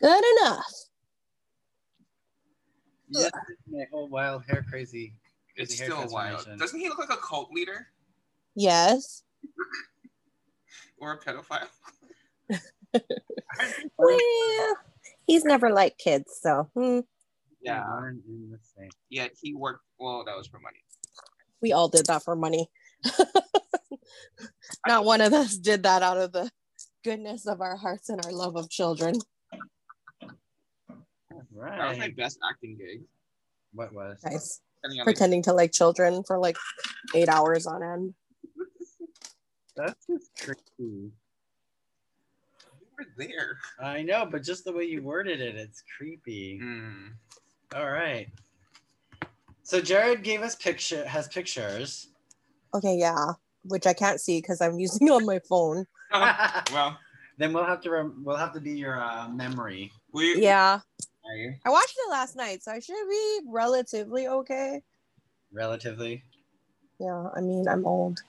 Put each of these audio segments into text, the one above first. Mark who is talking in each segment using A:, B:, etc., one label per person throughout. A: Good enough.
B: Yeah, my whole wild hair crazy. crazy
C: It's
B: hair
C: still wild.
B: transformation.
C: Doesn't he look like a cult leader
A: Yes.
C: or a pedophile?
A: Well, he's never liked kids, so hmm,
C: Yeah.
B: One and the same.
C: Yet he worked. Well, that was for money.
A: we all did that for money. Not one of us did that out of the goodness of our hearts and our love of children.
B: All
C: That was my
B: Right.
C: best acting gig.
B: What was?
A: Nice.
C: Depending on the-
A: Pretending to like children for like eight hours on end.
B: That's just creepy.
C: we were there.
B: I know, but just the way you worded it, it's creepy.
C: Mm.
B: All right. So Jared gave us picture has pictures.
A: Okay, yeah. Which I can't see because I'm using it on my phone.
C: well,
B: then we'll have to rem- we'll have to be your uh, memory.
C: we
A: Yeah.
C: I-
A: I watched it last night, so I should be relatively okay.
B: Relatively,
A: Yeah, I mean, I'm old.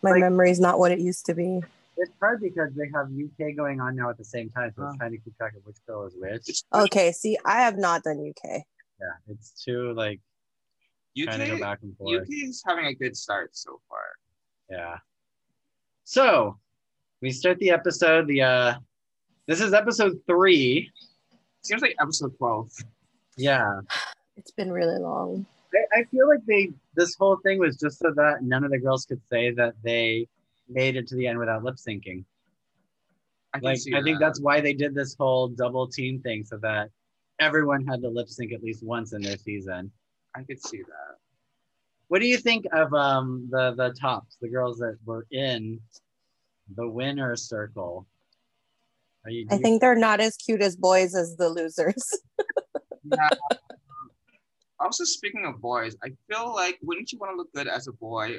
A: My memory's not what it used to be.
B: it's hard because they have UK going on now at the same time, so it's trying to keep track of which girl is which.
A: Okay, see, I have not done UK.
B: Yeah, it's too like trying to go
C: UK,
B: back and forth.
C: UK is having a good start so far.
B: Yeah. So we start the episode. The uh, this is episode three.
C: Seems like episode 12.
B: Yeah.
A: It's been really long.
B: I, I feel like they this whole thing was just so that none of the girls could say that they made it to the end without lip syncing.
C: I can
B: Like
C: see
B: I think
C: that.
B: that's why they did this whole double team thing so that everyone had to lip sync at least once in their season.
C: I could see that.
B: What do you think of um the the tops, the girls that were in the winner circle? Are you, do
A: I
B: you-
A: think they're not as cute as boys as the losers.
C: Also, speaking of boys, I feel like wouldn't you want to look good as a boy?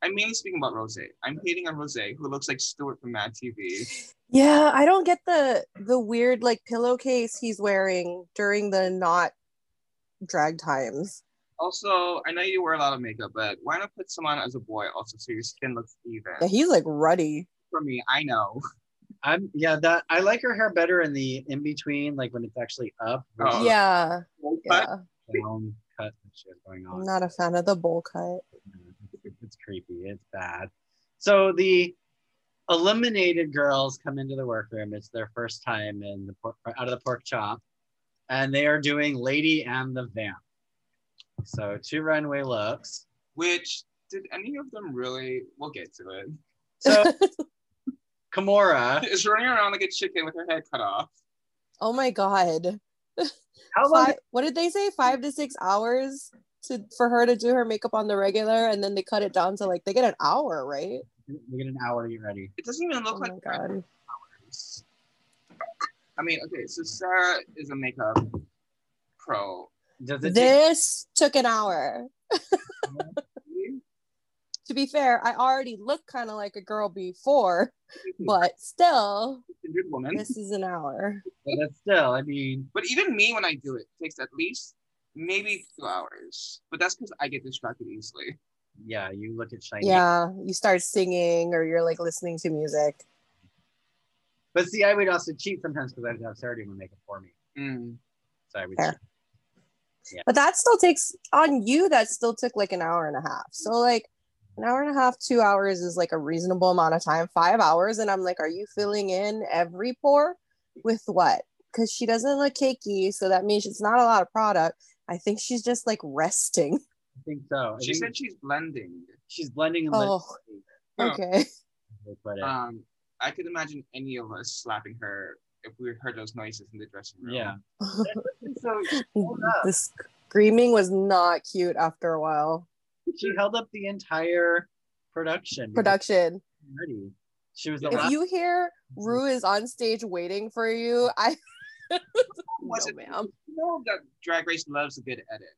C: I'm mainly speaking about Rose. I'm hating on Rose, who looks like Stuart from Mad TV.
A: Yeah, I don't get the the weird like pillowcase he's wearing during the not drag times.
C: Also, I know you wear a lot of makeup, but why not put some on as a boy also so your skin looks
A: Yeah,
C: even?
A: he's like ruddy.
C: For me, I know.
B: I'm yeah, that I like her hair better in the in between, like when it's actually up.
C: Oh.
B: versus
A: yeah,
C: But
A: yeah.
B: the down cut that she has going on.
A: I'm not a fan of the bowl cut.
B: It's- it's creepy. It's bad. So the eliminated girls come into the workroom. It's their first time in the pork, out of the pork chop, and they are doing Lady and the Vamp. So two runway looks.
C: which did any of them really? We'll get to it.
B: So Kimora,
C: Is running around like a chicken with her head cut off.
A: Oh my god.
B: how long?
A: Five, what did they say? Five to six hours to for her to do her makeup on the regular, and then they cut it down to like they get an hour, right?
B: We get an hour to get ready.
C: It doesn't even look
A: Oh
C: like
A: my god.
C: Christmas. I mean, okay, so Sarah is a makeup pro.
B: Does it? take-
A: This took an hour. To be fair, I already looked kind of like a girl before, but still,
C: Kindred woman.
A: this is an hour.
B: but still, I mean,
C: But even me, when I do it, it takes at least maybe two hours. But that's because I get distracted easily.
B: yeah, you look at shiny.
A: Yeah, you start singing or you're like listening to music.
B: But see, I would also cheat sometimes because I would have Sarah do my makeup for me.
C: Mm.
B: So I would.
A: Fair.
B: cheat.
A: But that still takes on you, that still took like an hour and a half. So, like, an hour and a half, two hours is like a reasonable amount of time, five hours. And I'm like, are you filling in every pour with what? Because she doesn't look cakey. So that means it's not a lot of product. I think she's just like resting.
B: I think so. I
C: She
B: think
C: said she's blending.
B: she's blending and
A: Oh,
C: Yeah.
A: okay.
B: lip. But, uh,
C: Um, I could imagine any of us slapping her if we heard those noises in the dressing room.
B: Yeah. so hold up.
A: the Mm, screaming was not cute after a while.
B: she held up the entire production. because
A: Production.
B: she was Ready. She was the Mm-hmm.
A: If
B: last.
A: you hear Rue is on stage waiting for you, I
C: Was
A: no,
C: it-
A: ma'am.
C: You know that Drag Race loves a good edit.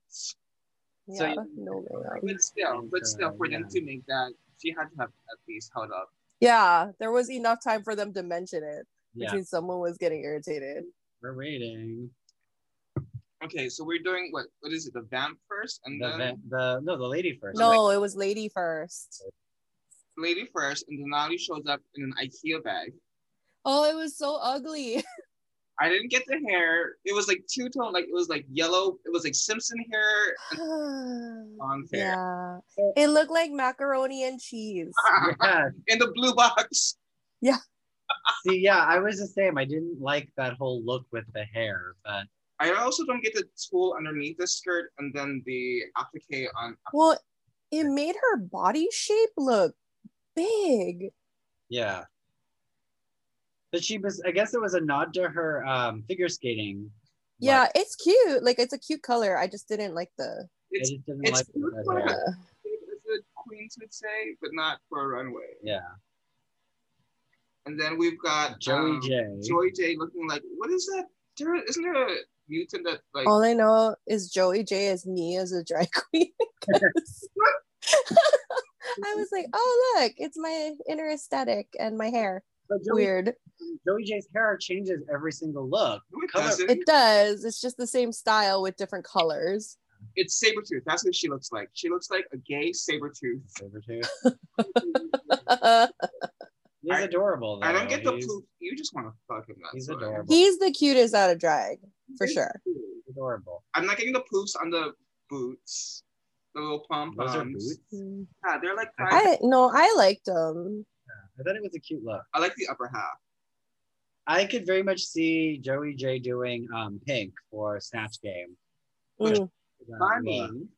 A: Yeah,
B: So
A: no, ma'am.
C: But still, but still, for them
B: Yeah.
C: to make that, she had to have at least held up.
A: Yeah, there was enough time for them to mention it, which
B: yeah,
A: means someone was getting irritated.
B: we're waiting.
C: Okay, so we're doing what? What is it? The vamp first, and
B: The,
C: then
B: the, the no, the lady first.
A: No, it was lady first.
C: lady first, and Denali shows up in an IKEA bag.
A: Oh, it was so ugly.
C: I didn't get the hair. It was like two tone, like it was like yellow. It was like Simpson hair, long hair,
A: yeah. It looked like macaroni and cheese.
C: Uh-huh.
B: yeah.
C: in the blue box.
B: See, yeah, I was the same. I didn't like that whole look with the hair, but
C: I also don't get the tool underneath the skirt and then the applique on.
A: Well, it made her body shape look big.
B: yeah. But she was, I guess it was a nod to her um, figure skating.
A: Yeah, it's cute. Like it's a cute color. I just didn't like the
B: I
C: It's
B: just didn't
C: it's
B: like
C: cute
B: the
C: for
B: red hair.
C: her. as the queens would say, but not for a runway.
B: Yeah.
C: And then we've got
B: Joey
C: um,
B: J.
C: Joy J looking like, what is that? There, isn't there a mutant that like?
A: all I know is Joey J as me as a drag queen. 'Cause- I was like, oh look, it's my inner aesthetic and my hair.
B: But Joey,
A: Weird.
B: Joey J's hair changes every single look.
C: no, it
B: color-
C: doesn't.
A: It does. It's just the same style with different colors.
C: It's Sabretooth. That's what she looks like. She looks like a gay Sabretooth.
B: Sabertooth.
A: He's
B: He's
C: I-
B: adorable. Though.
C: I don't get the
B: He's-
C: poop. You just want to fuck him. That's
B: He's
C: what I-
B: adorable.
A: the cutest out of drag for sure.
B: He's adorable.
C: I'm not getting the poofs on the boots. The little pom
B: Those are
C: poms.
B: boots.
C: Yeah, they're like. I,
A: I no, I liked him.
B: I thought it was a cute look.
C: I like the upper half.
B: I could very much see Joey J doing um, pink for Snatch Game.
A: Mm.
C: I mean,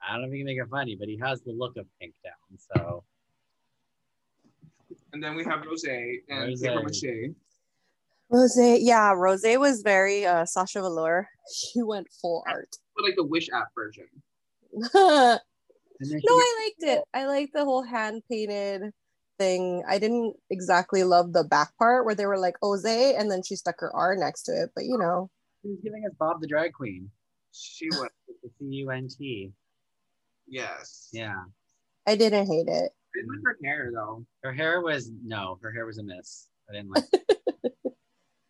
B: I don't know if you can make it funny, but he has the look of pink down. So
C: and then we have Rose and
B: Rosé.
C: paper mache.
A: Rose, yeah, Rose was very uh, Sasha Velour. She went full art.
C: But like the Wish app version.
A: no,
B: and then she-
A: I liked it. I liked the whole hand painted thing. I didn't exactly love the back part where they were like Ose and then she stuck her R next to it, but you know.
B: she was giving us Bob the drag queen.
C: She was.
B: with The C U N T.
C: Yes.
B: Yeah,
A: I didn't hate it.
C: I didn't like her hair though.
B: her hair was no, her hair was a miss. I didn't like.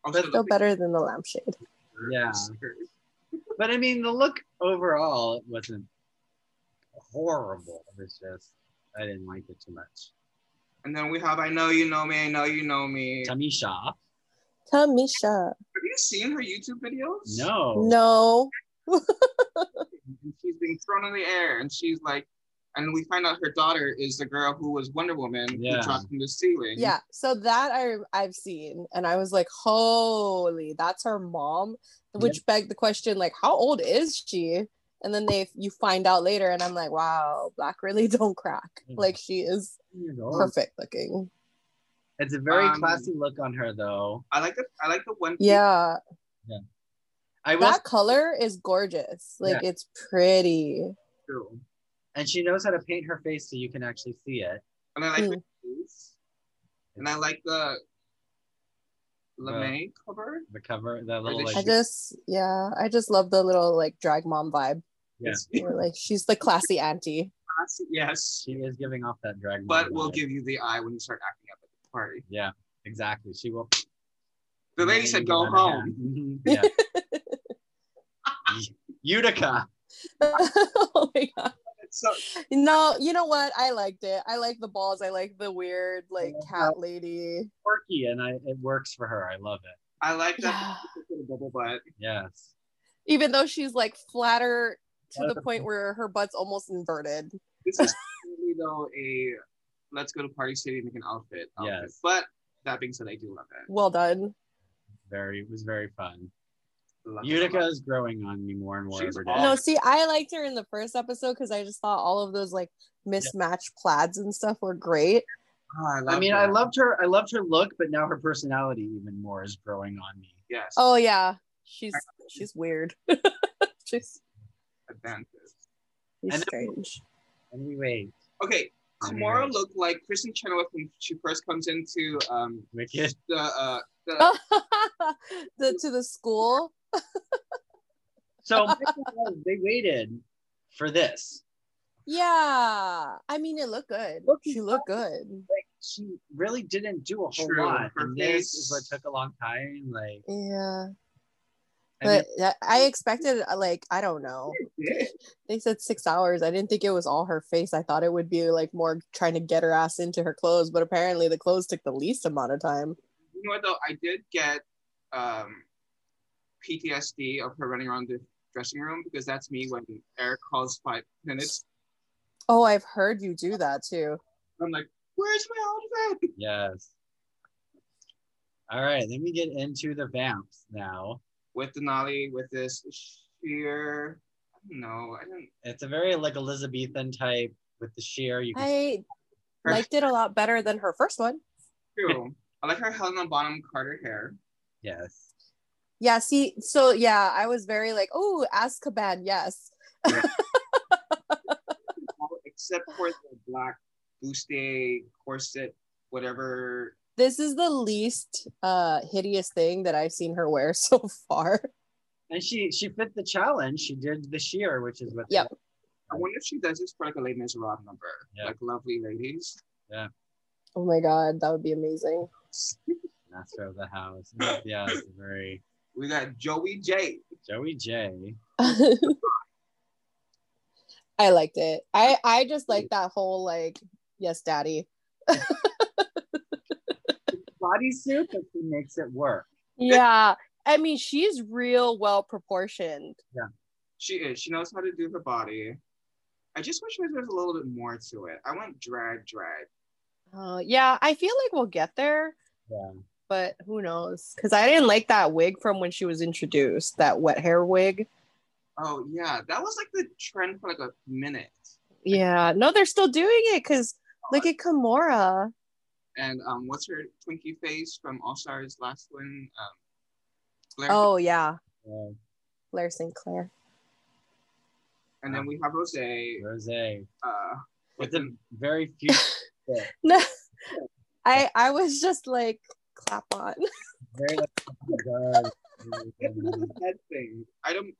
C: Also,
A: Still
C: the
A: better than the lampshade.
C: picture
B: Yeah.
C: skirt.
B: but I mean, the look overall it wasn't horrible. It was just I didn't like it too much.
C: And then we have I know you know me. I know you know me. Have
B: Tamisha,
A: Tamisha.
C: you seen her YouTube videos?
B: no,
A: No.
C: and she's being thrown in the air and she's like and we find out her daughter is the girl who was Wonder Woman
B: Yeah.
C: who dropped from the ceiling.
A: Yeah, so that I I've seen, and I was like, "Holy, that's her mom," which begged the question, like, "How old is she?" And then they you find out later, and I'm like, "Wow, black really don't crack.
B: Mhm.
A: Like she is perfect looking."
B: It's a very
C: Um,
B: classy look on her, though.
C: I like the I like the one piece.
A: Yeah,
B: I will,
A: that color is gorgeous. Like it's pretty.
C: too.
B: and she knows how to paint her face so you can actually see it.
C: And I like
A: Mm.
C: the shoes. And I like the LeMay cover.
B: The cover, the
C: Or
B: little
C: did
B: like,
A: I just yeah, I just love the little like drag mom vibe.
B: Yeah.
C: It's
A: Where like she's the classy auntie.
C: classy, Yes.
B: she is giving off that drag. mom
C: But we'll
B: vibe.
C: give you the eye when you start acting up at the party.
B: Yeah, exactly. She will.
C: The lady said go home.
B: Mhm, yeah. Utica.
A: oh my god.
C: So
A: No, you know what? I liked it. I like the balls. I like the weird, like
B: Yeah.
A: cat lady.
B: quirky and I, it works for her. I love it.
C: I like that
A: Yeah.
C: little bubble butt.
B: Yes.
A: Even though she's like flatter to the
B: Flatter.
A: point where her butt's almost inverted.
C: This is really though a let's go to Party City and make an outfit. outfit.
B: Yes.
C: But that being said, I do love it.
A: Well done.
B: Very, it was very fun.
C: Love it, love
B: Utica is growing on me more and more
C: She's
B: every day.
C: Oh.
A: No, see, I liked her in the first episode because I just thought all of those like mismatched plaids and stuff were great.
C: Oh, I,
B: I
C: love
B: mean,
C: that.
B: I loved her. I loved her look, but now her personality even more is growing on me.
C: yes.
A: Oh yeah. She's she's weird. she's,
C: advantage.
A: she's
B: And-
A: strange.
B: And we wait.
C: Okay,
B: I mean,
C: Tamora
B: like-
C: looked like Kristen Chenoweth when she first comes into um
B: Wicked.
C: the uh the
A: the, to the school.
B: So my thing was, they waited for this.
A: Yeah. I mean it looked good.
B: Look,
A: She looked good.
B: Like she really didn't do a whole
C: True.
B: lot.
C: Her
B: and this
C: face-
B: is what took a long time. Like,
A: Yeah.
B: I mean,
A: But that- I expected uh, like I don't know. They said six hours. I didn't think it was all her face. I thought it would be like more trying to get her ass into her clothes, but apparently the clothes took the least amount of time.
C: you know what though? I did get um, PTSD of her running around the dressing room because that's me when Eric calls five minutes.
A: Oh, I've heard you do that too.
C: I'm like, where's my outfit?
B: Yes. All right, then we get into the vamps now.
C: With Denali, with this sheer, I don't know, I don't.
B: It's a very like Elizabethan type with the sheer. You can,
A: I liked it a lot better than her first one.
C: True. I like her Helena Bonham Carter hair.
B: yes.
A: Yeah, see, so yeah, I was very like, oh, Azkaban, yes.
C: except for the black bustier corset, whatever.
A: This is the least uh hideous thing that I've seen her wear so far.
B: And she she fit the challenge. She did the sheer, which is what.
A: Yep.
C: I wonder if she does this for like a Les Miserables number,
B: Yeah.
C: like lovely ladies.
A: Oh my god, that would be amazing.
B: Master of the house. Yeah, it's very
C: We got Joey J.
B: Joey J.
A: I liked it. I I just like that whole like yes daddy.
B: Bodysuit, but she makes it work.
A: Yeah. I mean, she's real well proportioned.
C: She is. She knows how to do her body. I just wish there was a little bit more to it. I want drag, drag.
A: Uh, yeah, I feel like we'll get there,
B: Yeah.
A: but who knows? Because I didn't like that wig from when she was introduced, that wet hair wig.
C: Oh yeah, that was like the trend for like a minute.
A: Yeah, no, they're still doing it because look at Kimora.
C: And um, what's her Twinkie face from All Stars last one? Um, Blair.
A: Oh, yeah,
B: Uh,
A: Blair Sinclair.
C: And then we have Rose.
B: Rose. It's
C: Uh, with
B: a
C: the
B: very few.
A: No, I I was just like clap on.
B: Very like, oh my God.
C: head thing. I don't.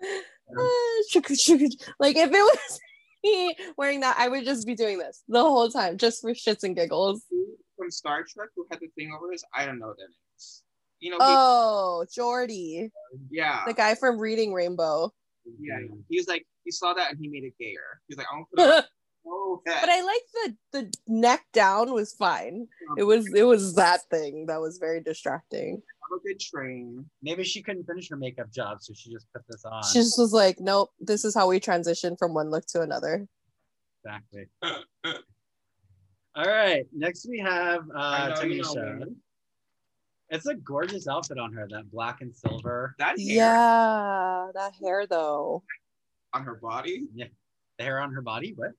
A: like if it was me wearing that, I would just be doing this the whole time just for shits and giggles.
C: From Star Trek, who had the thing over his? I don't know what that is. You know. he-
A: Oh, Jordy,
C: yeah.
A: the guy from Reading Rainbow.
C: Yeah, yeah. He's like, he saw that and he made it gayer. He's like, I don't put a
A: but
C: whole head.
A: I like the the neck down was fine. It
C: Um,
A: was it was that thing that was very distracting.
C: have a good train.
B: Maybe she couldn't finish her makeup job, so she just put this on.
A: She just was like, nope, this is how we transition from one look to another.
B: Exactly. All right. Next we have uh,
C: I know, you know,
B: Tamisha.
C: women.
B: It's a gorgeous outfit on her. That black and silver.
C: That hair
A: Yeah, that hair though.
C: on her body.
B: The hair on her body. What?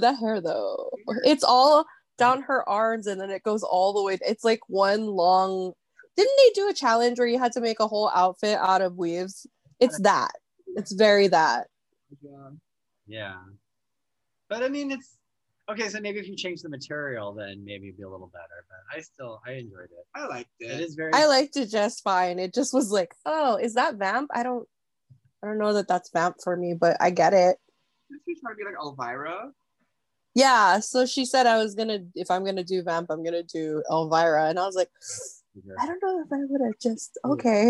A: that hair though. It's all down her arms and then it goes all the way. It's like one long. Didn't they do a challenge where you had to make a whole outfit out of weaves? It's that. It's very that.
B: Oh
C: Yeah.
B: Yeah. But I mean, it's okay. So maybe if you change the material, then maybe it'd be a little better. But I still, I enjoyed it.
C: I liked it.
B: It is very.
A: I liked it just fine. It just was like, oh, is that vamp? I don't, I don't know that that's vamp for me, but I get it.
C: Isn't she trying to be like Elvira?
A: Yeah. So she said I was gonna, if I'm gonna do vamp, I'm gonna do Elvira, and I was like, I don't know if I would have just okay,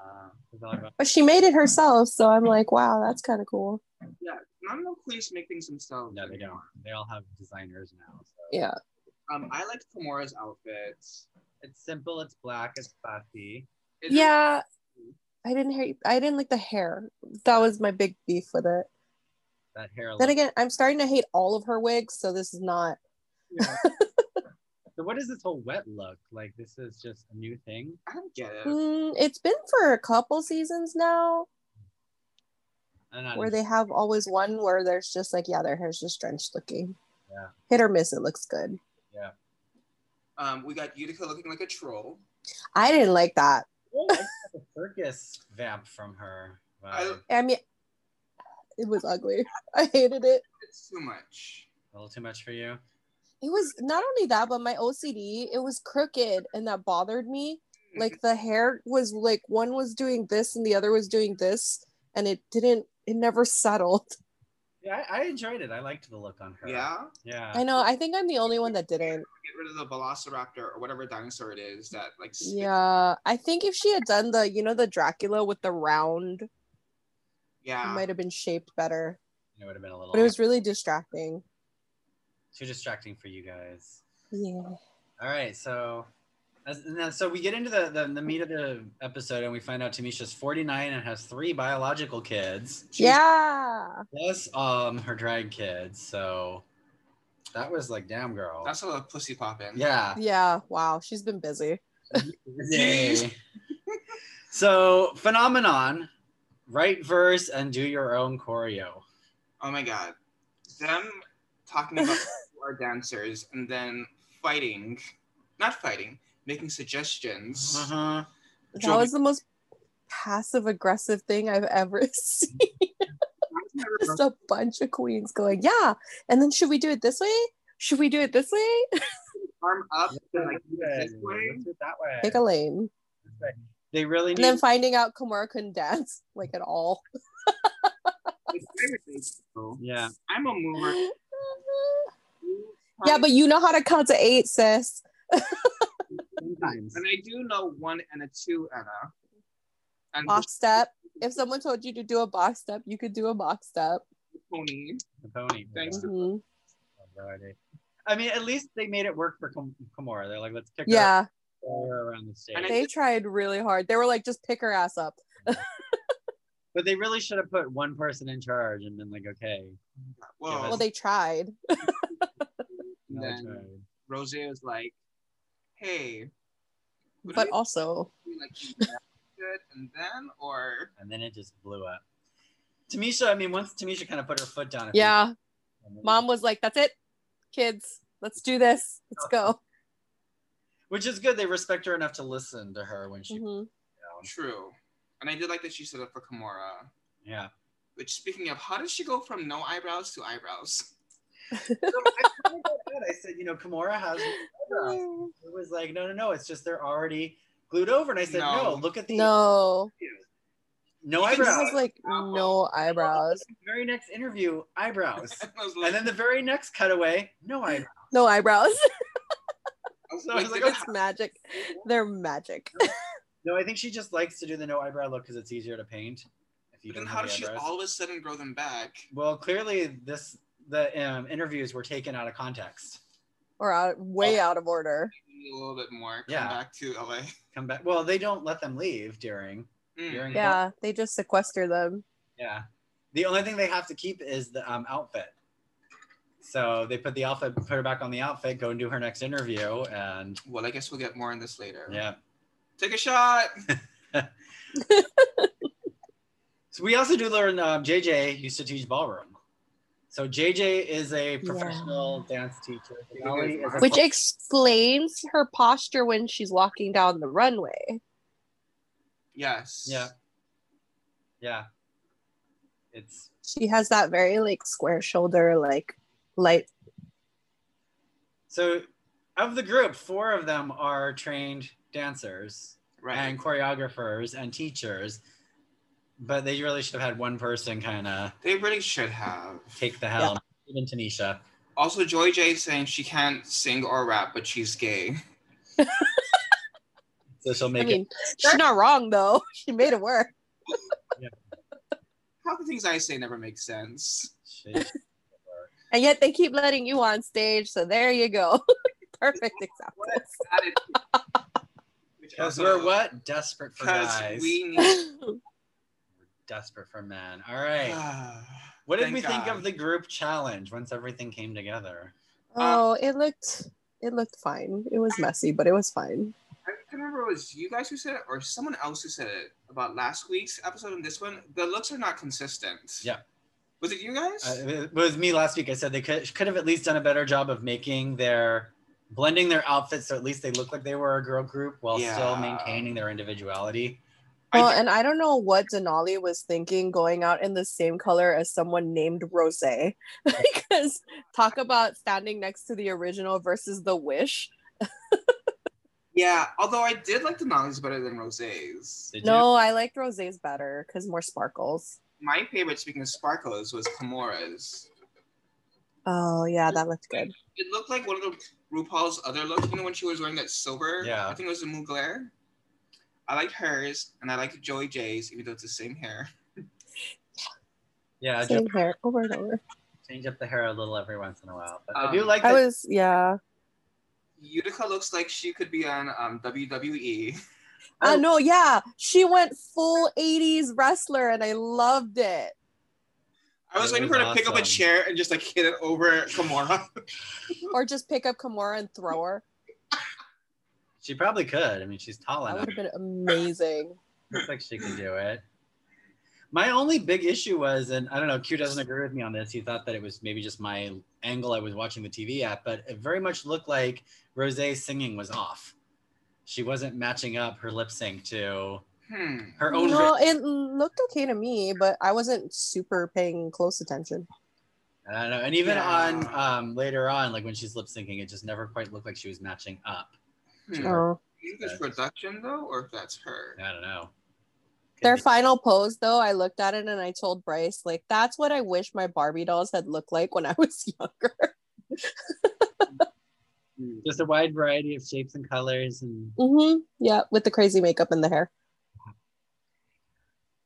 B: Uh, it's all about-
A: but she made it herself, so I'm like, wow, that's kind of cool.
C: Yeah. Not enough queens make things themselves.
B: no, they don't.
C: anymore.
B: They all have designers now. So.
A: Yeah.
C: Um, I liked Kamora's outfits.
B: It's simple. It's black. It's classy.
C: It is-
A: yeah i didn't hear i didn't like the hair that was my big beef with it
B: That hair.
A: then
B: look-
A: again i'm starting to hate all of her wigs so this is not
C: yeah,
B: so what is this whole wet look? Like this is just a new thing.
C: I don't get it.
A: Mm, it's been for a couple seasons now
B: I'm not
A: where they have always one where there's just like yeah their hair's just drenched looking
B: Yeah.
A: hit or miss it looks good
C: Um, we got Utica looking like a troll.
A: i didn't like that
B: a circus vamp from her. Wow.
C: I-
A: i mean it was ugly i hated it
C: It's too much.
B: A little too much for you.
A: it was not only that but my ocd it was crooked and that bothered me like the hair was like one was doing this and the other was doing this and it didn't it never settled
B: Yeah, I, I enjoyed it. I liked the look on her.
C: Yeah.
B: Yeah.
A: i know i think i'm the only one that didn't
C: Get rid of the Velociraptor or whatever dinosaur it is that like. spits
A: yeah i think if she had done the you know the dracula with the round it
C: Yeah.
A: might have been shaped better
B: it would have been a little
A: but it was really distracting
B: too distracting for you guys.
A: yeah
B: All right, so As- and then- so we get into the, the, the meat of the episode and we find out Tamisha's 49 and has three biological kids,
A: yeah.
B: plus um her drag kids. So that was like, damn girl.
C: That's a little pussy popping.
B: yeah.
A: Yeah. Wow. She's been busy.
B: Yay. so phenomenon, write verse and do your own choreo.
C: Oh my god. Them talking about our dancers and then fighting, not fighting, making suggestions.
B: Uh-huh.
A: That
C: Jovi-
A: was the most passive aggressive thing I've ever seen. Just a bunch of queens going, yeah. And then should we do it this way? Should we do it this way?
C: Arm up and like
B: Let's
C: this
B: do
C: way.
B: it that way.
A: Pick a lane.
B: They really
A: And
B: need
A: then finding out Kamara couldn't dance like at all.
C: It's very basic.
B: Yeah.
C: I'm a mover.
A: yeah, but you know how to count to eight, sis.
B: sometimes.
C: and I do know one and a two, Anna. And
A: Box step. If someone told you to do a box step, you could do a box step.
C: the pony.
B: The pony.
C: Thanks.
A: Mhm.
B: Oh, Friday. I mean, at least they made it work for Kam- Kamora. They're like, let's kick her
A: Yeah,
B: her around the stage.
C: And I-
A: they tried really hard. They were like, just pick her ass up.
B: but they really should have put one person in charge and been like, okay.
C: Whoa.
A: Well, they tried.
C: and
B: another
C: then
B: try.
C: Rose was like, hey. would
A: But
C: it
A: also,
C: be like you dance it and then or
B: And then it just blew up. Tamisha, I mean, once Tamisha kind of put her foot down. I think-
A: yeah, mom was like, that's it, kids, let's do this, let's go.
B: Which is good. They respect her enough to listen to her when she.
A: Mhm.
C: True. And I did like that she set up for Kimura.
B: Yeah.
C: Which, speaking of, how did she go from no eyebrows to eyebrows?
B: So I, told her that. I said, you know, Kamora has. It
A: Mm.
B: was like, no, no, no. It's just they're already glued over. And I said, no,
C: No.
B: look at the.
A: No,
B: No
A: she
B: eyebrows.
A: was like, no eyebrows,
B: very next interview, eyebrows.
C: I was like,
B: and then the very next cutaway, no eyebrows.
A: no eyebrows.
C: I was
B: so I
C: like,
B: was like, "Oh,
C: did
A: It's magic. They're magic.
B: No, I think she just likes to do the no eyebrow look because it's easier to paint. If you
C: but then
B: don't
C: how
B: have
C: did
B: the
C: she
B: eyebrows.
C: all of a sudden grow them back?
B: Well, clearly this the um, interviews were taken out of context.
A: Or out,
B: Oh.
A: way out of order.
C: Maybe A little bit more. Come
B: Yeah.
C: back to Hmm. LA.
B: Come back. Well, they don't let them leave during
C: Mm.
B: during.
A: Yeah, they just sequester them.
B: Yeah. The only thing they have to keep is the um, outfit. So they put the outfit, put her back on the outfit, go and do her next interview, and
C: Well, I guess we'll get more on this later.
B: yeah.
C: Take a shot.
B: So we also do learn um, JJ used to teach ballroom. So JJ is a professional dance teacher. Denali is a-
A: Which explains her posture when she's walking down the runway.
C: Yes.
B: Yeah. yeah. It's
A: She has that very like square shoulder, like light.
B: so of the group, four of them are trained dancers
C: Right.
B: and choreographers and teachers, but they really should have had one person kind of
C: They really should have.
B: take the helm. Even Tanisha.
C: Also, Joy J is saying she can't sing or rap, but she's gay.
B: So she'll
A: I
B: make
A: mean, she's not wrong though. She made it work.
C: Half the things I say never make sense.
B: it. she-
A: And yet they keep letting you on stage. So there you go. Perfect example.
C: Attitude. Which
B: Because
C: also-
B: we're what? Desperate for
C: Because
B: guys.
C: we need.
B: Desperate for men. All right.
C: Ah,
B: What did
C: Thank
B: we think
C: God.
B: of the group challenge once everything came together?
A: oh, it looked it looked fine. It was messy, but it was fine.
C: I can't remember if it was you guys who said it or someone else who said it about last week's episode and this one. The looks are not consistent.
B: Yeah.
C: Was it you guys?
B: Uh, it was me last week. I said they could, could have at least done a better job of making their blending their outfits so at least they look like they were a girl group while still
C: Yeah.
B: maintaining their individuality.
C: I
A: Well,
C: think-
A: and I don't know what Denali was thinking going out in the same color as someone named Rose. because talk about standing next to the original versus the wish.
C: yeah. Although I did like the Denali's better than Rose's.
B: Did
A: No, I liked Rose's better because more sparkles.
C: My favorite, speaking of sparkles, was Kamora's.
A: Oh yeah, that looked good.
C: It looked like one of the RuPaul's other looks, you know, when she was wearing that silver.
B: Yeah.
C: I think it was a Mugler. I liked hers, and I liked Joey J's, even though it's the same hair.
B: you? Yeah, just
A: Same hair over and over.
B: change up the hair a little every once in a while. But I
C: Um,
B: do like
A: I
B: that
A: was yeah.
C: Utica looks like she could be on um, WWE.
A: I
B: Oh.
A: uh, know, yeah. She went full 80s wrestler and I loved it.
C: I was
B: That
C: waiting for
B: was
C: her to pick up a
B: awesome.
C: chair and just like hit it over Kimura.
A: Or just pick up Kimura and throw her.
B: She probably could. I mean, she's tall
A: That
B: enough.
A: would have been amazing.
B: Looks like she can do it. My only big issue was, and I don't know, Q doesn't agree with me on this. He thought that it was maybe just my angle I was watching the TV at, but it very much looked like Rose's singing was off. She wasn't matching up her lip sync to
C: hmm.
B: her own.
A: No,
B: rhythm.
A: it looked okay to me, but I wasn't super paying close attention.
B: I don't know. And even
C: Yeah.
B: on um, later on, like when she's lip syncing, it just never quite looked like she was matching up.
C: hmm.
B: Sure.
A: Oh.
C: You think it's production though, or if that's her?
B: I don't know. Could
A: Their
B: be.
A: final pose, though, I looked at it and I told Bryce, like, that's what I wish my Barbie dolls had looked like when I was younger.
C: Hmm.
B: just a wide variety of shapes and colors and
A: hmm Yeah, with the crazy makeup and the hair.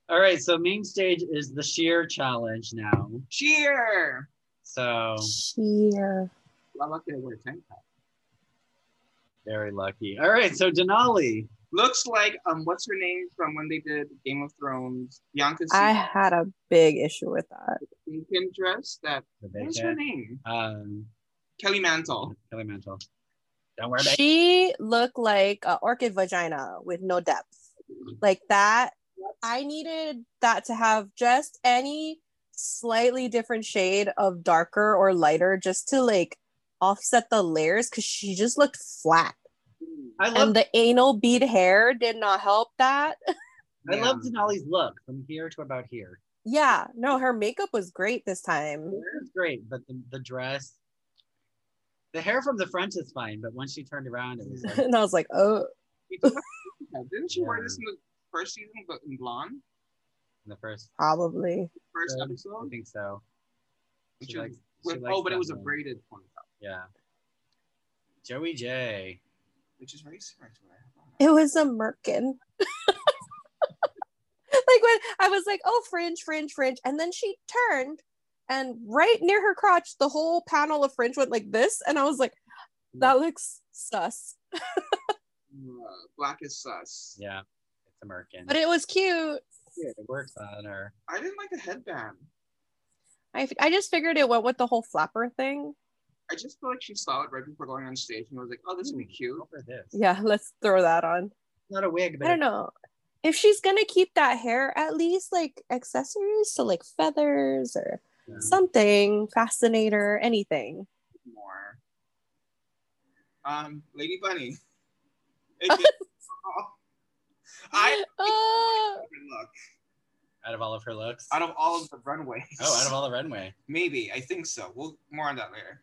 B: all right so main stage is the sheer challenge now
C: Cheer!
B: so
A: Cheer.
C: Well, I'm lucky I wear a tank top.
B: very lucky all right so denali
C: Looks like um, what's her name from when they did Game of Thrones? Bianca
A: I had a big issue with that.
C: Pinkin dress. That
B: the
C: what was her
B: bacon,
C: name?
B: um
C: Kelly Mantle.
B: Kelly Mantle. don't worry about it.
A: She looked like an orchid vagina with no depth. Like that, I needed that to have just any slightly different shade of darker or lighter just to like offset the layers because she just looked flat.
B: i love
A: And the anal bead hair did not help that.
B: i love
C: Yeah.
B: denali's look from here to about here
A: Yeah, no, her makeup was great this time.
B: it's great but the, the dress the hair from the front is fine but once she turned around it was like
A: and I was like, oh,
C: She took off her head. Didn't she wear
B: Yeah.
C: this in the first season, but in blonde?
B: in the first
A: probably.
C: First
B: Yeah. i
C: episode?
B: think so
C: Which
B: She
C: is
B: likes- she
C: with-
B: likes
C: oh, but it
B: that
C: was a
B: one.
C: braided ponytail,
B: yeah joey j
C: which is very similar to what I have on.
A: It was a merkin. like when I was like, oh, fringe, fringe, fringe. And then she turned and right near her crotch, the whole panel of fringe went like this. And I was like, that looks sus.
C: Uh, black is sus.
B: Yeah, it's American.
A: But it was cute.
B: it works on her.
C: I didn't like the headband.
A: I, I just figured it went with the whole flapper thing.
C: I just feel like she saw it right before going on stage and was like, "Oh, this would be cute."
B: Go for this.
A: Yeah, let's throw that on.
B: It's not a wig, but
A: I don't know. If she's going to keep that hair, at least like accessories, so like feathers or
B: it's, um,
A: something, fascinator, anything.
C: More. Um, Lady Bunny. I
A: Ah.
C: look
B: out of all of her looks.
C: out of all of the runways.
B: oh, out of all the runway.
C: Maybe I think so. We'll more on that later.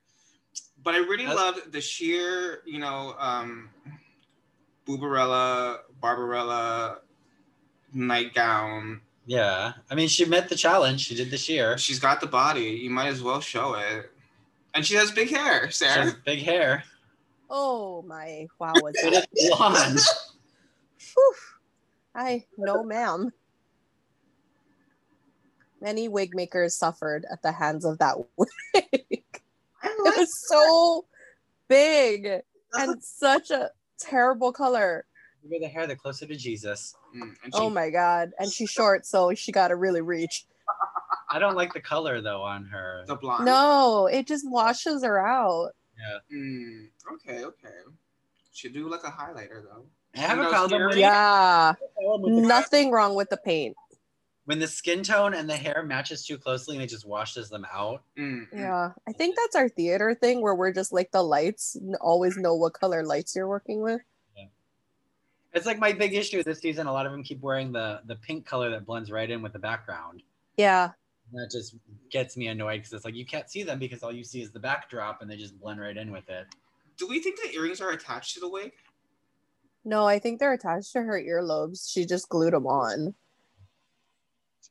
C: But I really
B: That's-
C: loved the sheer, you know, um, Bubarella, Barbarella nightgown.
B: Yeah, I mean, she met the challenge. She did this year. She
C: She's got the body. You might as well show it. And she has big hair, Sarah.
B: has big hair.
A: Oh my wow was
B: It is blonde.
A: Whew. I no ma'am. Many wig makers suffered at the hands of that wig. it
C: I like
A: was so big and such a terrible color.
B: Bigger the hair, the closer to Jesus.
C: Mm, and she,
A: Oh my god. And she's short, so she gotta really reach.
B: I don't like the color though on her.
C: the blonde.
A: No, it just washes her out.
B: Yeah,
C: Mm, okay, okay. Should do like a highlighter though.
B: I have a
C: No,
B: problem with,
A: Yeah.
B: problem with the-
A: Nothing wrong with the paint.
B: when the skin tone and the hair matches too closely, and it just washes them out.
C: Mm, mm.
A: Yeah. I think that's our theater thing where we're just like the lights n- always know what color lights you're working with.
B: It's like my big issue this season. A lot of them keep wearing the the pink color that blends right in with the background.
A: Yeah.
B: that just gets me annoyed because it's like you can't see them because all you see is the backdrop and they just blend right in with it.
C: Do we think the earrings are attached to the wig?
A: No, I think they're attached to her earlobes. She just glued them on.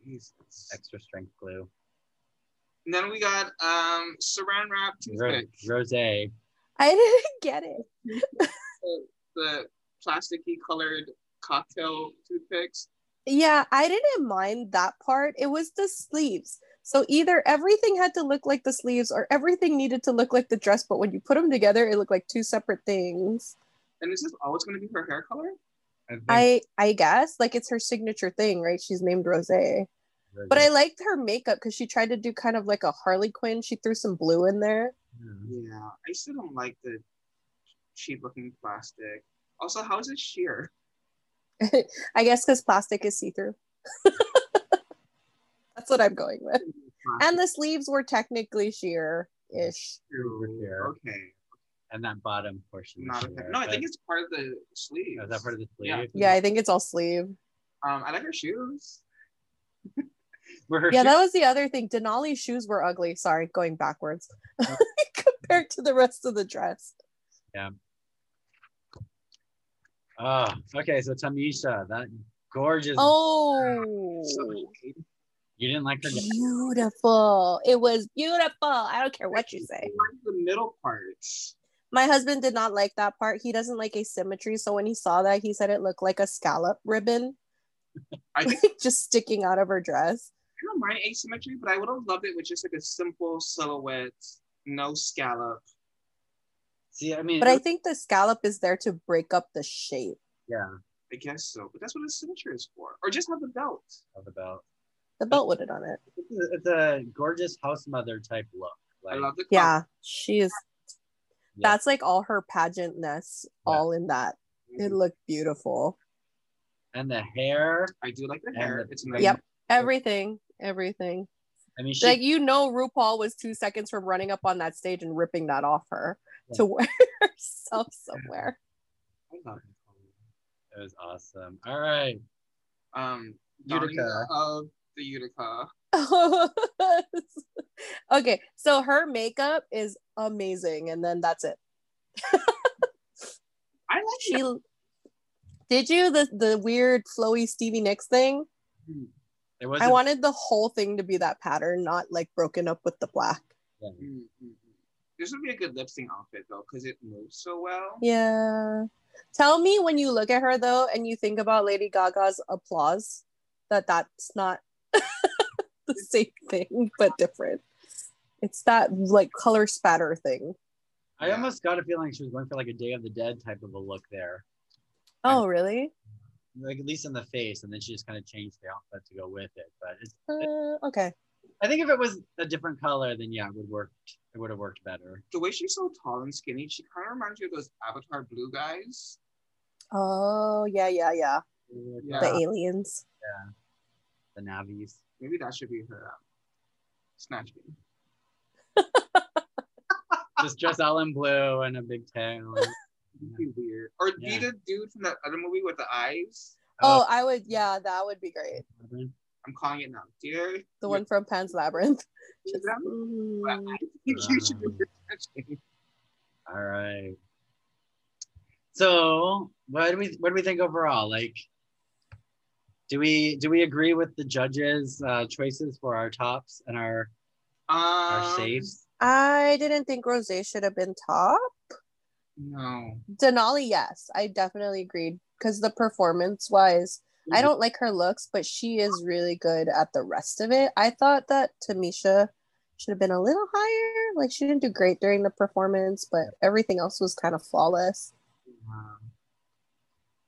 C: Jesus.
B: Extra strength glue.
C: And then we got um saran wrap
B: Ro-
C: toothpick,
B: Rose.
A: I didn't get it.
C: the plasticky colored cocktail toothpicks.
A: Yeah, I didn't mind that part. It was the sleeves. So either everything had to look like the sleeves or everything needed to look like the dress, but when you put them together, it looked like two separate things.
C: And is this always going to be her hair color?
B: I, think
A: I I guess like it's her signature thing, right? She's named Rose.
B: they're
A: But I
B: just-
A: liked her makeup because she tried to do kind of like a Harley Quinn. She threw some blue in there.
B: yeah.
C: Yeah, I still don't like the cheap looking plastic. Also, how is it sheer?
A: I guess because plastic is see through. That's what I'm going with. And the sleeves were technically sheer ish.
C: Mm-hmm.
B: Over here.
C: Okay,
B: and that bottom portion. is
C: not a
B: sheer,
C: No, I
B: but-
C: think it's part of the sleeve.
B: Oh, is that part of the sleeve?
C: Yeah.
A: Yeah, I think it's all sleeve.
C: Um, I like her shoes.
B: Were her
A: Yeah,
B: shoes-
A: that was the other thing. Denali's shoes were ugly. Sorry, going backwards compared to the rest of the dress.
B: Oh, okay. So Tamisha, that gorgeous.
A: Oh,
C: So much shade.
B: You didn't like her.
A: beautiful. It was beautiful. I don't care what you say.
C: I like the middle parts.
A: My husband did not like that part. He doesn't like asymmetry. So when he saw that, he said it looked like a scallop ribbon
C: I think
A: just sticking out of her dress.
C: I don't mind asymmetry, but I would have loved it with just like a simple silhouette, no scallop.
B: See, I mean,
A: But I think the scallop is there to break up the shape.
B: yeah,
C: I guess so, but that's what a signature is for. Or just have the belt.
B: of the belt.
A: The belt would it on it.
B: It's a, it's a gorgeous house mother type look. Like,
C: I love the color.
A: Yeah, Um, she is.
B: Yeah.
A: That's like all her pageantness, all in that. It looked beautiful.
B: and the hair.
C: I do like the
B: And
C: hair.
B: the-
C: It's nice.
A: Yep. Everything, everything.
B: I mean, she
A: Like you know, RuPaul was two seconds from running up on that stage and ripping that off her
B: Yeah.
A: to wear herself somewhere.
C: I love it.
B: it was awesome. All right,
C: Um,
B: Utica.
C: Utica of the Utica.
A: okay, so her makeup is amazing, and then that's it.
C: I like
A: She did you the the weird flowy Stevie Nicks thing?
B: it was.
A: I wanted the whole thing to be that pattern, not like broken up with the black.
C: Mm, mm, mm. This would be a good lip sync outfit though, because it moves so well.
A: Yeah. Tell me when you look at her though, and you think about Lady Gaga's applause, that that's not the same thing but different. It's that like color spatter thing.
B: I almost got a feeling she was going for like a Day of the Dead type of a look there,
A: Oh, really?
B: like at least in the face, and then she just kind of changed the outfit to go with it. But it's,
A: Uh, okay.
B: I think if it was a different color, then yeah, it would work. It would have worked better.
C: The way she's so tall and skinny, she kind of reminds you of those Avatar blue guys.
A: Oh, yeah, yeah, yeah.
C: Yeah.
A: The aliens.
B: The Navi's.
C: Maybe that should be her um, snatch game.
B: just dress all in blue and a big tail.
C: It'd be weird. Or
B: Yeah.
C: be the dude from that other movie with the eyes.
A: Oh, I would. Yeah, that would be great.
C: I'm calling it now. Dear,
A: The one from Pan's Labyrinth.
C: Is that what I
A: Mm.
C: think you should do your snatch game.
B: all right. So, what do we what do we think overall? Like, do we do we agree with the judges' uh, choices for our tops and our our
C: Um,
B: saves?
A: I didn't think Rose should have been top.
C: No.
A: Denali, yes, I definitely agreed because the performance wise, I don't like her looks, but she is really good at the rest of it. I thought that Tamisha should have been a little higher. Like she didn't do great during the performance, but everything else was kind of flawless.
C: Um,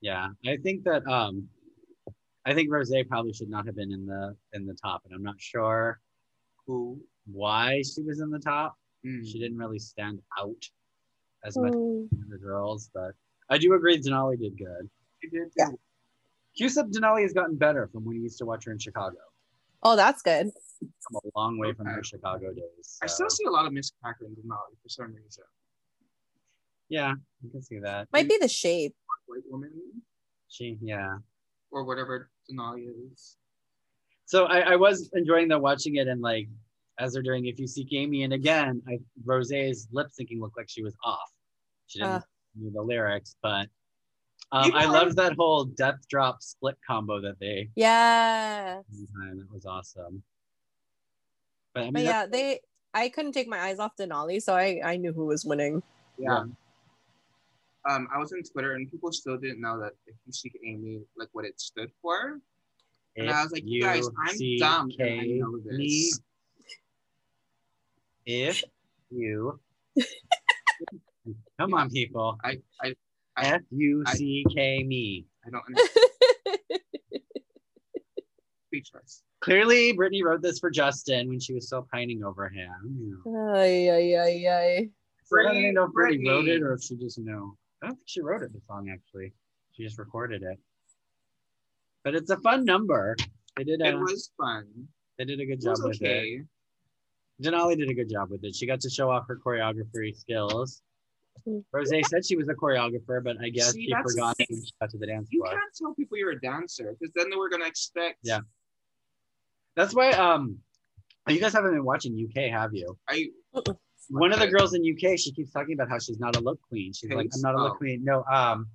B: Yeah, I think that um, I think Rose probably should not have been in the in the top, and I'm not sure
C: who?
B: why she was in the top.
C: Mm.
B: She didn't really stand out as much
A: Mm,
B: as the girls, but I do agree Denali did good.
C: She did
A: Yeah.
C: do-
B: Q-Sub Denali has gotten better from when you used to watch her in Chicago.
A: Oh, that's good.
B: Come a long way from her
C: Okay.
B: Chicago days.
C: I
B: so-
C: still see a lot of Miss Cracker in the Denali for some reason.
B: yeah, you can see that.
A: Might be the shape.
C: White woman
B: She, yeah.
C: or whatever Denali is.
B: So I, I was enjoying the watching it and like as they're doing If You Seek Amy, and again, I, Rose's lip syncing looked like she was off. She didn't
A: Uh.
B: knew the lyrics, but um,
C: You
B: I
C: know,
B: loved that whole death drop split combo that they.
A: Yeah.
B: That was awesome. But I mean,
A: But
B: that's-
A: yeah, they I couldn't take my eyes off Denali, so I, I knew who was winning.
C: Yeah. Um, I was on Twitter and people still didn't know that if you seek Amy, like what it stood for. And I was like, you guys, I'm dumb and I know this.
B: if you come on people
C: I, I, I-
B: f-u-c-k me
C: I don't understand. Speechless.
B: clearly brittany wrote this for justin when she was still pining over him you know.
A: Ay, ay, ay, ay.
B: So I don't know if Brittany
C: Brittany.
B: wrote it or if she just know. I don't think she wrote it. The song actually, she just recorded it. But it's a fun number. They did uh,
C: It
B: a
C: was fun.
B: they did a good
C: It
B: job
C: was
B: with it.
C: okay.
B: Denali did a good job with it. She got to show off her choreography skills.
A: Mm.
B: Rose said she was a choreographer, but I guess
C: See,
B: she
C: Mm-hmm. that's-
B: forgot when she got to the dance
C: You
B: floor.
C: can't tell people you're a dancer because then they were gonna expect.
B: Yeah. That's why um you guys haven't been watching UK, have you?
C: I
B: One of the
C: Okay.
B: girls in UK, she keeps talking about how she's not a look queen. She's like,
C: Paige?
B: I'm not a look
C: Oh.
B: queen. No, um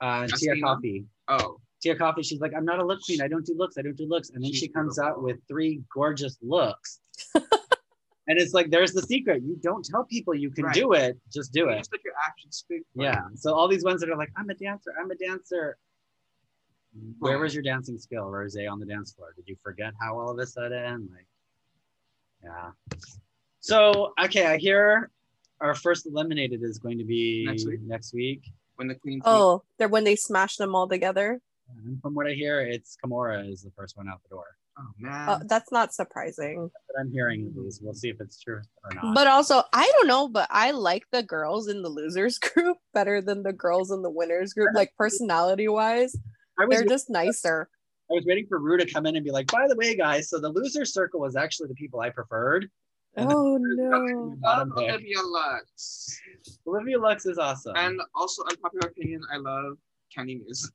B: uh Tia
C: Justina?
B: Coffee.
C: oh
B: Tia Coffee, she's like, I'm not a look queen. I don't do looks. I don't do looks. And then
C: She's
B: she comes out
C: beautiful.
B: with three gorgeous looks. and it's like, there's the secret. You don't tell people you can
C: Right.
B: do it. Just do it.
C: just like your actions speak. for
B: Yeah.
C: you.
B: So all these ones that are like, I'm a dancer. I'm a dancer. Where was your dancing skill, Rose, on the dance floor? Did you forget how all of a sudden? Like, yeah. So, okay, I hear our first eliminated is going to be
C: Next week?
B: Next week.
C: when the queen?
A: Oh, they're when they smash them all together.
B: And from what I hear, it's Kimura is the first one out the door.
C: Oh man.
A: Uh, that's not surprising.
B: that I'm hearing at least. We'll see if it's true or not.
A: But also, I don't know, but I like the girls in the losers group better than the girls in the winners group, like personality wise.
B: I was,
A: They're just nicer.
B: I was waiting for Rue to come in and be like, by the way, guys, so the loser circle was actually the people I preferred. And then
A: Oh
B: there's
A: no.
B: nothing
C: Love
B: bottom there.
C: Olivia Lux.
B: Olivia Lux is awesome.
C: And also, unpopular opinion, I love Candy Muse.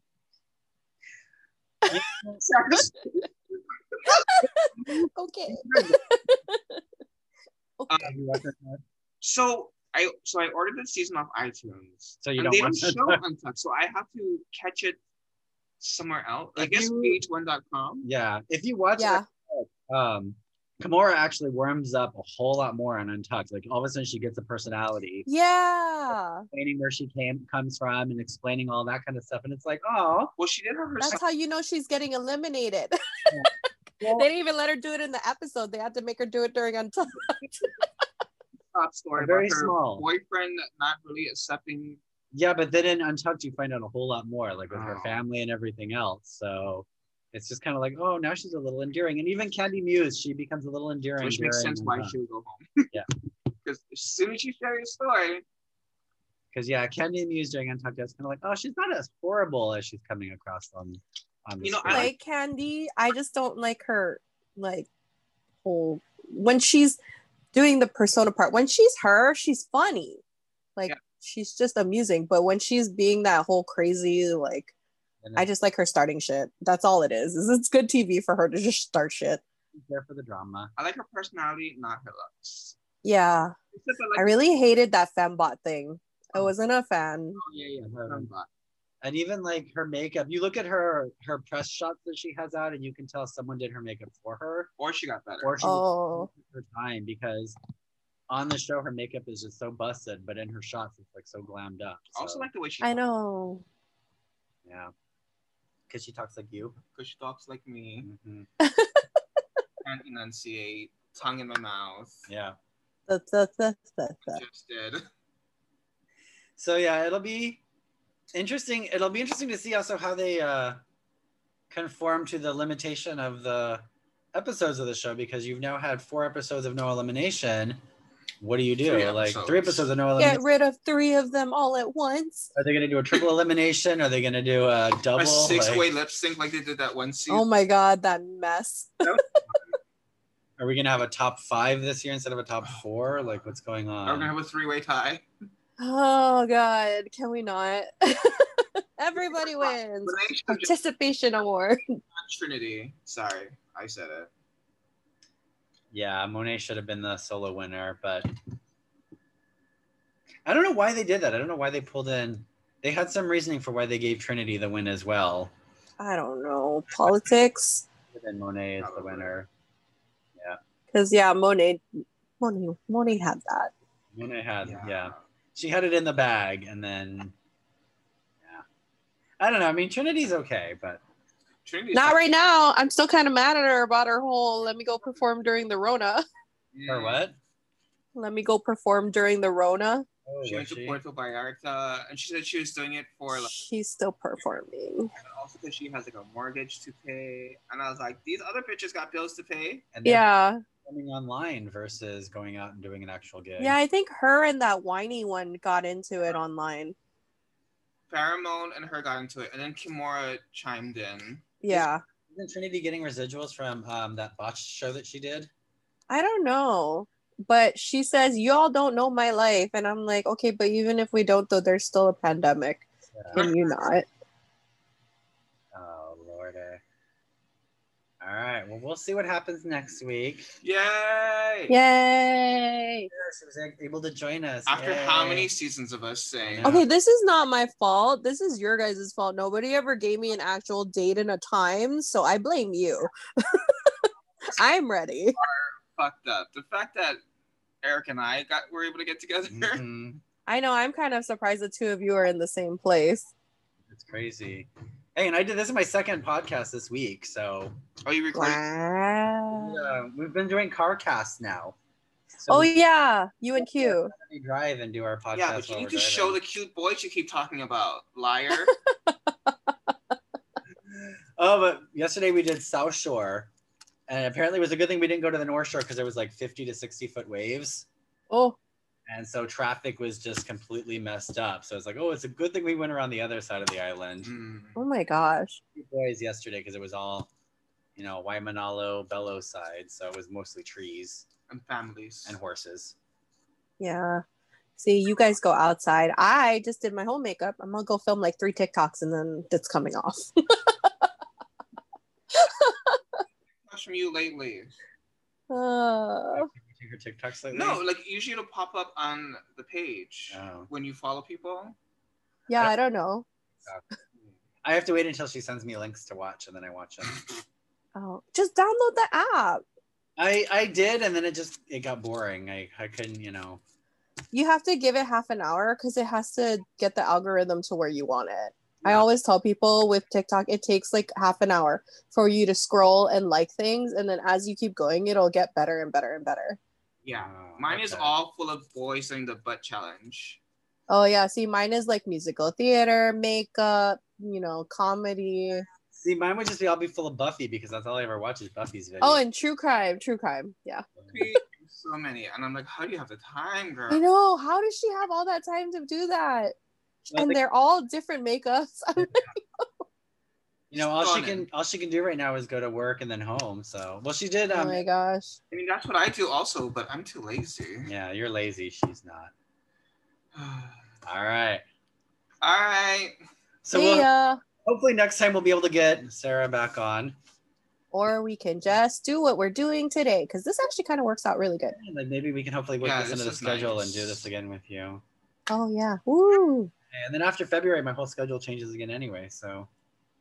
A: Okay.
B: Have you watched it?
C: so I so I ordered the season off iTunes.
B: So you
C: and
B: don't
C: they
B: watch
C: don't
B: it?
C: show Untucked, so I have to catch it somewhere else. I
B: If
C: guess
B: you-
C: page1.com.
B: yeah. If you watch
A: Yeah.
B: it, um, Kimura actually warms up a whole lot more on Untucked. Like all of a sudden she gets a personality,
A: Yeah.
B: explaining where she came comes from and explaining all that kind of stuff. And it's like, oh,
C: Well, she did have her
A: That's how you know she's getting eliminated. they didn't even let her do it in the episode. They had to make her do it during Untucked.
C: top story
B: Very
C: about her
B: small.
C: boyfriend not really accepting.
B: Yeah, but then in Untucked, you find out a whole lot more, like with her
C: Oh.
B: family and everything else. So it's just kind of like, oh, now she's a little endearing. And even Candy Muse, she becomes a little endearing.
C: Which makes
B: during
C: sense why
B: Untucked.
C: she would go home.
B: Yeah.
C: Because as soon as you share your story,
B: Because, yeah, Candy Muse during Untucked, it's kind of like, oh, she's not as horrible as she's coming across on, on the
C: You know, I
B: screen.
A: Like Candy, I just don't like her like whole when she's doing the persona part. When she's her, she's funny. Like
C: Yeah.
A: she's just amusing. But when she's being that whole crazy, like
B: And
A: I just like her starting shit. That's all it is. Is it's good TV for her to just start shit.
B: it's there for the drama.
C: I like her personality, not her looks.
A: Yeah.
C: Except I
A: I
C: like
A: really hated that fembot thing. I wasn't a fan.
C: oh, yeah, yeah, her
B: Um,
C: butt.
B: And even like her makeup, you look at her her press shots that she has out, and you can tell someone did her makeup for her,
C: Or she got better.
B: or she was
A: Oh.
B: her time because on the show her makeup is just so busted, but in her shots it's like so glammed up.
C: I
B: So,
C: also like the way she
A: I know.
B: yeah, because she talks like you.
C: because she talks like me,
B: Mm-hmm.
C: can't enunciate, tongue in my mouth.
B: Yeah.
A: The, the, the, the, the.
C: Just did.
B: So yeah, it'll be interesting. It'll be interesting to see also how they uh, conform to the limitation of the episodes of the show because you've now had four episodes of no elimination. What do you do?
C: Three
B: like
C: episodes.
B: three episodes of no elimination.
A: Get rid of three of them all at once.
B: Are they going to do a triple elimination? Are they going to do a double?
C: A six
B: Like-
C: way lip sync like they did that one season.
A: Oh my god, that mess.
B: Are we gonna have a top five this year instead of a top four? Like, what's going
C: Are we gonna
B: on?
C: have a three way tie?
A: Oh god, can we not? Everybody wins.
C: But they should have just
A: Participation award.
C: done Trinity. Sorry, I said it.
B: Yeah, Monet should have been the solo winner, but I don't know why they did that. I don't know why they pulled in. They had some reasoning for why they gave Trinity the win as well.
A: I don't know. Politics.
B: But then Monet is the winner.
A: Because yeah, Monet Monet Monet had that.
B: Monet had, yeah. she had it in the bag, and then, yeah, I don't know. I mean, Trinity's okay, but
C: Trinity.
A: Not right now. I'm still kind of mad at her about her whole let me go perform during the Rona.
B: or what?
A: Let me go perform during the Rona.
B: Oh,
C: She went
B: was
C: to
B: she?
C: Puerto Vallarta, and she said she was doing it for like
A: She's still performing.
C: also because she has like a mortgage to pay. And I was like, these other bitches got bills to pay.
B: And then
A: Yeah.
B: Coming online versus going out and doing an actual gig.
A: Yeah, I think her and that whiny one got into it online.
C: Pheromone and her got into it, and then Kimura chimed in.
A: Yeah.
B: Isn't Trinity getting residuals from um, that botched show that she did?
A: I don't know. But she says, Y'all don't know my life. And I'm like, Okay, but even if we don't, though, there's still a pandemic.
B: Yeah.
A: Can you not?
B: Oh lordy. All right. Well, we'll see what happens next week.
C: Yay!
A: Yay.
B: Yeah, She was able to join us.
C: After how
B: Yay.
C: many seasons of us saying,
B: Yeah.
A: Okay, this is not my fault. This is your guys' fault. Nobody ever gave me an actual date and a time, so I blame you. I'm ready.
C: fucked up. The fact that Eric and I got were able to get together.
B: Mhm.
A: I know I'm kind of surprised the two of you are in the same place.
B: It's crazy. Hey, and I did this is my second podcast this week, so
C: Oh, you recorded?
A: Wow.
B: uh, we've been doing car casts now. So
A: Oh
B: we
A: yeah, you and Q.
B: can drive and do our podcast.
C: Yeah, but you
B: while
C: need
B: we're
C: to show the
B: driving.
C: cute boys you keep talking about, liar.
B: Oh, but yesterday we did South Shore, and apparently it was a good thing we didn't go to the North Shore because there was like 50 to 60 foot waves.
A: Oh,
B: and so traffic was just completely messed up. So it's like, oh, it's a good thing we went around the other side of the island.
C: Mm.
A: oh my gosh.
B: Two Boys yesterday because it was all, you know, Waimanalo Bello side, so it was mostly trees
C: And families.
B: and horses.
A: Yeah. See, you guys go outside. I just did my whole makeup. I'm gonna go film like three TikToks and then that's coming off.
C: Much from you lately.
A: Uh,
B: Did you take her TikToks lately?
C: No, like usually it'll pop up on the page
B: Oh.
C: when you follow people.
A: yeah, I don't know.
B: I have to wait until she sends me links to watch, and then I watch them.
A: Oh, just download the app.
B: I I did, and then it just it got boring. I I couldn't, you know.
A: You have to give it half an hour because it has to get the algorithm to where you want it. I
B: Yeah.
A: always tell people with TikTok, it takes like half an hour for you to scroll and like things. And then as you keep going, it'll get better and better and better.
C: Yeah.
B: Oh,
C: Mine is
B: okay.
C: all full of boys doing the butt challenge.
A: Oh, yeah. See, mine is like musical theater, makeup, you know, comedy.
B: See, mine would just be all be full of Buffy because that's all I ever watch is Buffy's videos.
A: Oh, and true crime, true crime. Yeah.
C: so many. And I'm like, how do you have the time, girl?
A: I know. How does she have all that time to do that?
B: Well,
A: and
B: they-
A: they're all different makeups. Oh
B: You know, all she
C: Stunning.
B: can all she can do right now is go to work and then home. So, well, she did.
A: oh
B: Um,
A: my gosh.
C: I mean, that's what I do also, but I'm too lazy.
B: yeah, you're lazy. She's not. All right.
C: all right.
B: So
A: See
B: we'll,
A: ya.
B: hopefully next time we'll be able to get Sarah back on.
A: Or we can just do what we're doing today because this actually kind of works out really good.
B: And then maybe we can hopefully work
C: Yeah,
B: this into
C: this
B: the
C: is
B: schedule
C: nice.
B: and do this again with you.
A: Oh, yeah. Ooh.
B: And then after February, my whole schedule changes again anyway. So,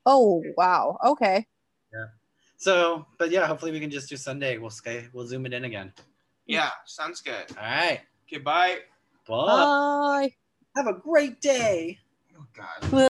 A: Oh, wow. Okay.
B: so, but yeah, hopefully we can just do Sunday. We'll sky, we'll zoom it in again.
C: Yeah, sounds good.
B: All right.
C: Goodbye.
B: Well,
A: Bye.
B: have a great day.
C: Oh, God.